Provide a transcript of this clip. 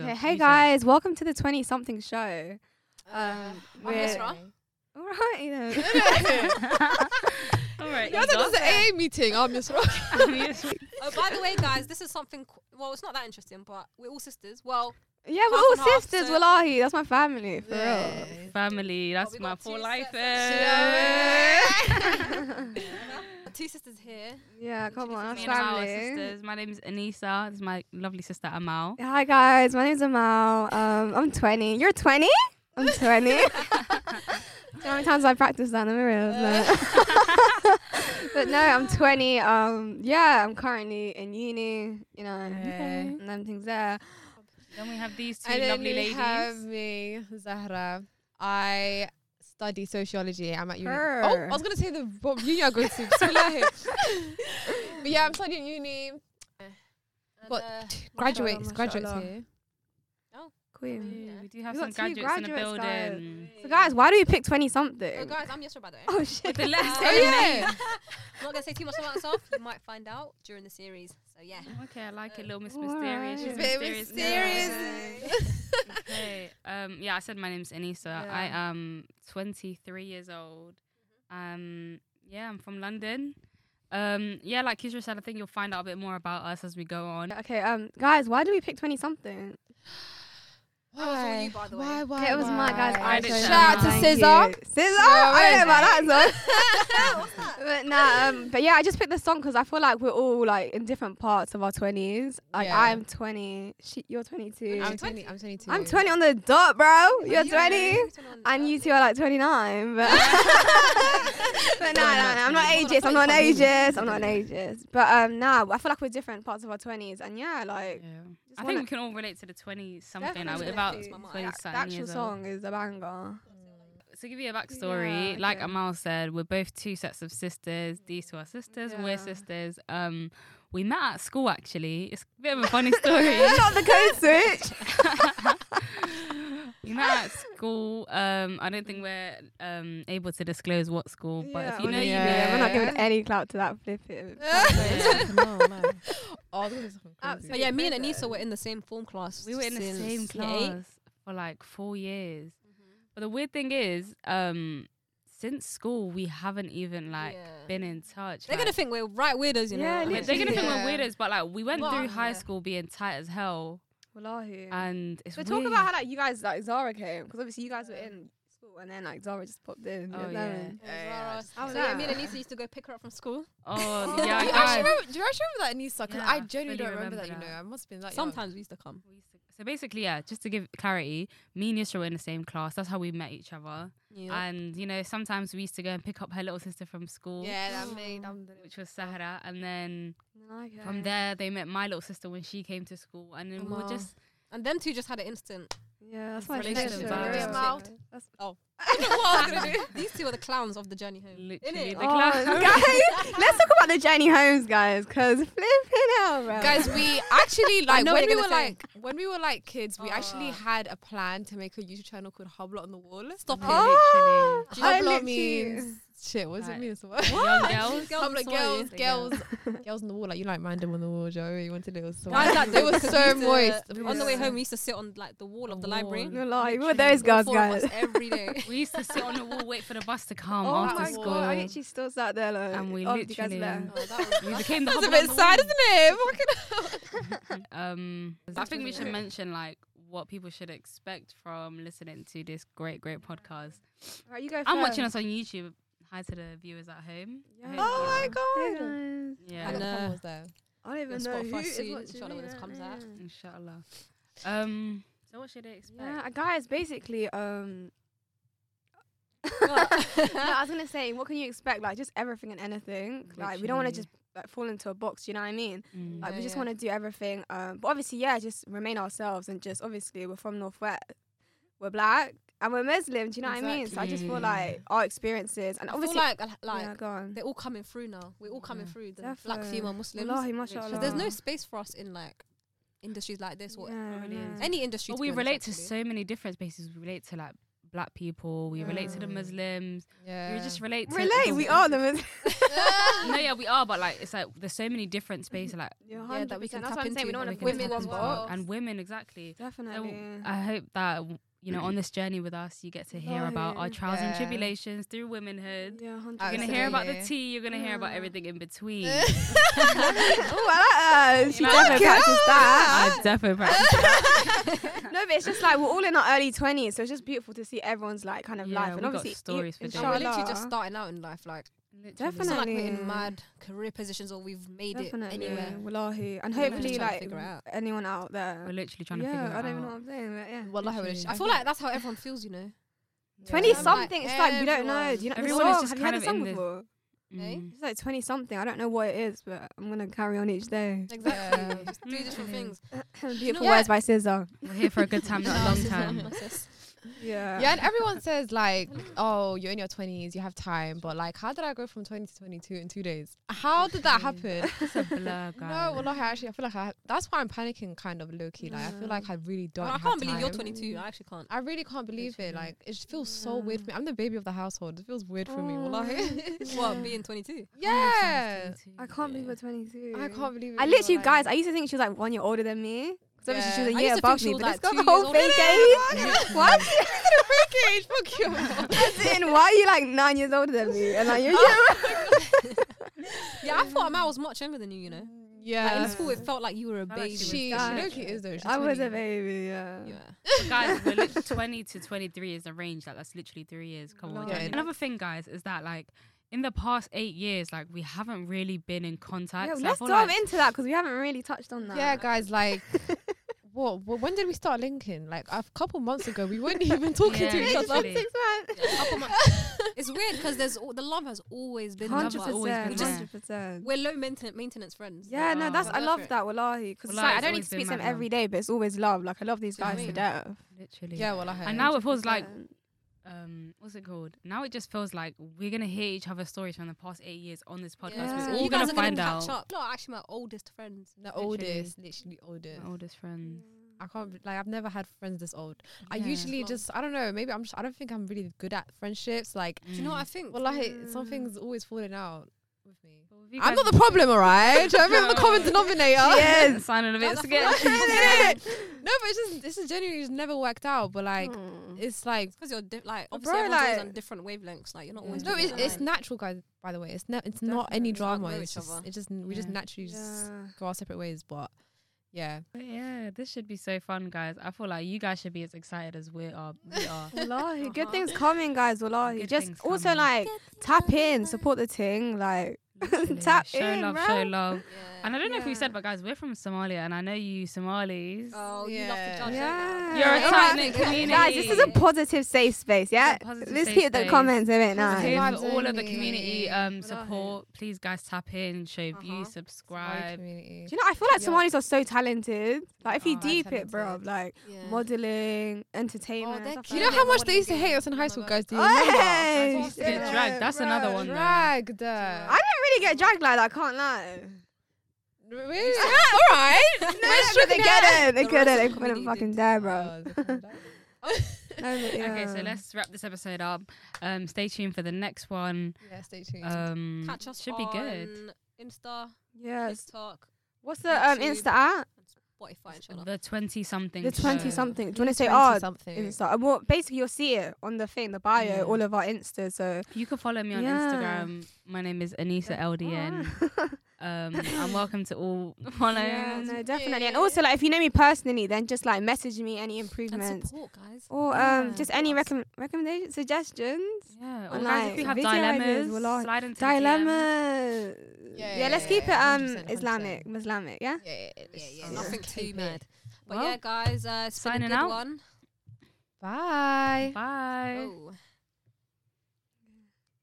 Okay, You hey say- guys, welcome to the 20 something show. Uh, Um, I'm we're- Isra. All right, you know. All right. Yeah, I thought that was an AA meeting. I'm Yusra. Obviously. oh, by the way, guys, this is something. Qu- well, it's not that interesting, but we're all sisters. Well, yeah, we're half all and half, sisters, so- Wallahi. That's my family, for Family. That's we my got two for life. eh? sisters. two sisters here. real. Yeah, come on, that's Me and Amal are family. sisters. My name is Anisa. This is my lovely sister Amal. Hi guys, my name's Amal. Um, I'm 20. You're 20? I'm 20. Do you know how many times I practiced that in the mirror? but- but no, I'm 20. Um, yeah, I'm currently in uni, you know, Okay. and them things there. Then we have these two And then lovely we ladies. have me, Zahra. I study sociology. I'm at uni. Oh, Her. I was gonna say the what uni I go to. Bismillah. but yeah, I'm studying uni. Got uh, graduates, mashallah, graduates mashallah. here. Queen. Yeah, we do have We some got two graduates, in the graduates, guys. building. So guys, why do we pick 20 Oh, something? guys, I'm Yusra, by the way. Oh shit. The last Oh, yeah. I'm not gonna say too much about myself. You might find out during the series. So yeah. Okay, I like it. Little Miss All Mysterious. She's right. Bit mysterious. now. Okay. Um, yeah, I said my name's Anissa. I am 23 years old. Um, yeah, I'm from London. Um, yeah, like Kisra said, I think you'll find out a bit more about us as we go on. Okay, um, guys, why do we pick 20 something? That was all Why? you, by the way. Why? Why? it was my guys. why? I I did chose Shout out that. to Thank Scissor. you. Scissor. I don't know about that. What's that? So. but nah, um, but yeah, I just picked this song because I feel like we're all like in different parts of our 20s. Like Yeah. I'm 20, she, you're 22. I'm I'm, 20. I'm 22. 20 on the dot, bro. You're You 20. know, someone- And you two are like 29, but but no, no, no, I'm not ageist. I'm not an ageist. I'm not an ageist. But um, nah, I feel like we're different parts of our 20s, and yeah, like Yeah. just I wanna- think we can all relate to the 20 something. I Definitely. was about Definitely. 20 the actual years old. song is a banger. to give you a backstory, Yeah, like okay. Amal said, we're both two sets of sisters. These two are sisters. Yeah. We're sisters. Um, we met at school actually. It's a bit of a funny story. Not the code switch. we met at school. Um, I don't Mm. think we're um able to disclose what school, but if you know, okay. you Yeah. know. we're not giving any clout to that flipping. Oh, this is Absolutely. But Uh, yeah, me and Present. Anissa were in the same form class. We were in the since same year class eight. for like four years. Mm-hmm. But the weird thing is, um, since school we haven't even like Yeah. been in touch. They're like- gonna think we're right weirdos, you know. Yeah, like- They're gonna think Yeah. we're weirdos, but like we went Well, through high yeah. school being tight as hell, Wallahi. and Uh, it's So talk weird. about how like you guys like Zara came because obviously you guys were in school and then like Zara just popped in. Oh, and yeah. then- Yeah, yeah, How was So yeah, that? me and Anissa used to go pick her up from school. Oh, do, you yeah, actually guys. remember, do you actually remember that, Anissa? Because Yeah, I I genuinely fully don't remember remember, that, you that. know. I must have been that young. Sometimes we used to come. We used to- So basically, yeah, just to give clarity, me and Yusra were in the same class. That's how we met each other. Yeah. And, you know, sometimes we used to go and pick up her little sister from school, Yeah, that made. which was Sahara. And then Okay. from there, they met my little sister when she came to school. And then we were Wow. just, And them two just had an instant. Yeah, that's It's why I relationship said vibes. it's Mouth. real. That's These two are the clowns of the journey home. Literally, the Innit? Oh, class- guys, let's talk about the Jenny Holmes guys, cause flipping out, bro. Guys, we actually like know when what we you're were gonna say. like when we were like kids, we actually Oh. had a plan to make a YouTube channel called Hubble on the Wall. Stop it. oh, Do you know I what that literally- means? Shit, what does Like, it mean? young What? girls. Girls I'm like on the wall, girls, yeah. girls, girls on the wall. Like you like mind them on the wall, Joe. You wanted little so Guys, like, it was because we so used to- moist. On the way Yeah. home, we used to sit on like the wall of the The library. wall. You're lying. We're Literally. those girls, All four of guys. us every day. we used to sit on the wall, wait for the bus to come oh after my school. god, I literally still sat there like. And we oh, you guys literally- left. Oh, that was- we became the It's a hubble on bit the sad, wall. isn't it? Fucking um i think we should Definitely. mention like what people should expect from listening to this great great podcast Right, you go. i'm first. watching us on youtube hi to the viewers at home I um, Yeah. hope Oh my you Hey, god. guys. are. And, yeah uh, Hubble was there. I don't even Your know Spotify who is soon, watching inshallah, me when this right comes out. now. inshallah um so what should they expect Yeah, uh, guys, basically, um, What? no, I was gonna say, what can you expect? Like, just everything and anything. Like, we don't want to Literally. just like fall into a box. You know what I mean? Mm. Like, Yeah, we just yeah. want to do everything. Um, but obviously, yeah, just remain ourselves and just obviously, we're from Northwest, we're black and we're Muslim. Do you know what I mean? So I just feel Exactly. like our experiences and I feel obviously, like uh, like yeah, go on. they're all coming through now. We're all coming Yeah. through. The black Definitely. female Muslims. Wallahi, 'Cause there's no mashallah. space for us in like industries like this or Yeah, really no. is. any industry. But to we be honest, relate to actually. so many different spaces we relate to like black people. We relate to the Mm. Muslims. Yeah. We just relate. To Relate, we are the Muslims. No, yeah, we are. But like, it's like there's so many different spaces. Like Yeah, that we can That's tap what I'm saying. We don't into, that want we can to put tap people women in as into one well. box. and women exactly. So Definitely. Oh, I hope that w- you know on this journey with us, you get to hear about our Right. trials and Yeah. tribulations through womanhood. yeah, 100%. You're gonna hear about the Absolutely. tea. You're gonna hear about Yeah. everything in between. oh, I like her. She know? definitely practiced that. I definitely practice no, but it's just like we're all in our early 20s, so it's just beautiful to see everyone's like kind of Yeah, life. we And got obviously, i- stories for days. And we're literally just inshallah. starting out in life. Like, it's Definitely. not like we're in Definitely. mad career positions or we've made Definitely. it anywhere. Wallahi. And We're just hopefully, trying to like, figure it out. anyone out We're there. literally trying to figure Yeah, it I don't even know out. what I'm saying, but yeah. Wallahi, Literally. I feel like that's how everyone feels, you know. Twenty I'm like, something, it's like you don't know. Do you know the everyone is song? just Have you heard kind the of song in this- before? eh? Mm. It's like twenty something. I don't know what it is, but I'm gonna carry on each day. Exactly. Yeah. Just do different things. Beautiful what? words by Scissor. We're here for a good time, not a long time. Yeah. Yeah, and everyone says like, "Oh, you're in your 20s, you have time." But like, how did I go from 20 to 22 in two days? How did that happen? It's a blur, No, guys. well, like, actually, I feel like I, that's why I'm panicking, kind of low key. Like, I feel like I really don't. I have can't believe you're time. 22. I actually can't. I really can't believe it. Literally. Like, it just feels so weird for me. I'm the baby of the household. It feels weird for me. Oh. Wallahi. What, being 22? yeah. I can't believe we're twenty two. I can't believe it. I literally, Wallahi. guys, I used to think she was like one year older than me. So obviously she Yeah. was I a used year to above think she me, was, but like, it's got two the years whole older fake than age. What? age, fuck you. As in, why are you like nine years older than me? And like you're yeah. Yeah, I thought I was much younger than you, you know. Like, Yeah. in school, it felt like you were a Felt like baby. she she, she was low dying. key is though. She's I was 20. a baby. Yeah. yeah. guys, we're lit- 20 to 23 is the range. Like, that's literally three years. Come on. Yeah, Like, it- Another thing, guys, is that, like, in the past eight years, like, we haven't really been in contact. Yeah, So I let's feel dive like- into that because we haven't really touched on that. Yeah, guys, like, what, what? When did we start linking? Like a couple months ago, we weren't even talking Yeah, to each other. literally. Six months. Couple months. it's weird because there's al- the love has always been there, Hundred Hundred but always been percent. there. Hundred percent. We're low maintenance maintenance friends. Yeah, no, Wow. that's I Go for love it. that Wallahi because Wallahi, like, I it's don't always need to speak to been them my every day, but it's always love. Like I love these Do you guys know to what I death. Literally. Yeah, well, I And now it feels like, 100%. um, what's it called? Now it just feels like we're going to hear each other's stories from the past eight years on this podcast. Yeah. We're You all guys going are to gonna find out. Catch up. Not actually my oldest friends. The Literally. Oh. oldest, literally oldest. My oldest friend. I can't be- like I've never had friends this old. I Yeah. usually Well- just I don't know. Maybe I'm just I don't think I'm really good at friendships. Like Do you know what I Mm. think? well, like something's always falling out with me. you I'm guys- not the problem, alright? I'm the common denominator. Yes. It's sounding a bit That's scared. No, but it's just this is genuinely just never worked out. But like Mm. it's like because you're di- like But obviously bro, everyone's always like- on different wavelengths. Like you're not Yeah. always. no, people it's, it's aligned. natural, guys. By the way, it's no, it's not any Definitely. drama. We know It's each just other. it just we just Yeah. naturally just Yeah. go our separate ways. But yeah, But yeah, this should be so fun, guys. I feel like you guys should be as excited as we are. We are. Wallahi, good Uh-huh. things coming, guys. Wallahi, Good just things also coming. like tap in, support the ting, like Literally. Tap show in, love, bruh. show love. Yeah. And I don't know if we Yeah. said, but guys, we're from Somalia, and I know you Somalis. Oh, you love Yeah. to judge. yeah, You're a Alright, tight-knit Guys, this is a community. positive safe space. Yeah, a positive let's safe keep the space. comments a bit Thank Positive nice. you vibes for all of the only. community um, What I heard. support. Please, guys, tap in, show Uh-huh. views, subscribe. community. Do you know? I feel like Yeah. Somalis are so talented. Like if you Are deep it, bro, talented. like Yeah. modeling, entertainment. they're and stuff You like know that. how much they used to Yeah. hate us in Oh high my school, God. guys. Do you Hey, remember? she Get said dragged, that, that's bruh. another one. Dragged. I didn't really get dragged like that. I can't lie. Really? All right. no, but they get it. They The get rest it. of They couldn't the community fucking did. dare, Oh, bro. Okay, so let's wrap this episode up. Um, stay tuned for the next one. Yeah, stay tuned. Um, Catch us should be good. on Insta, Yes. TikTok, What's the um YouTube. Insta at? Spotify, inshallah. The twenty something. The twenty show. something. Do you want to say odd? something. Insta. Uh, Well, basically, you'll see it on the thing, the bio, Yeah. all of our Insta. So You can follow me on Yeah. Instagram. My name is Anisa LDN. Um, and welcome to all follows. yeah, no, definitely. And Yeah. also, like, if you know me personally, then just like message me any and improvements support, guys. or Yeah. um just any recomm recommendations, suggestions, Yeah, or guys, And if like you have Oh, video dilemmas, ideas, we'll like- slide into the DMs. dilemmas. Yeah, Yeah, let's yeah, keep it yeah, um 100%, Islamic, Islamic. Yeah. Yeah, yeah, Yeah, yeah, yeah. nothing too Take mad. it. But Well, yeah, guys, uh, it's been a signing good out. one. Bye. Bye. Oh.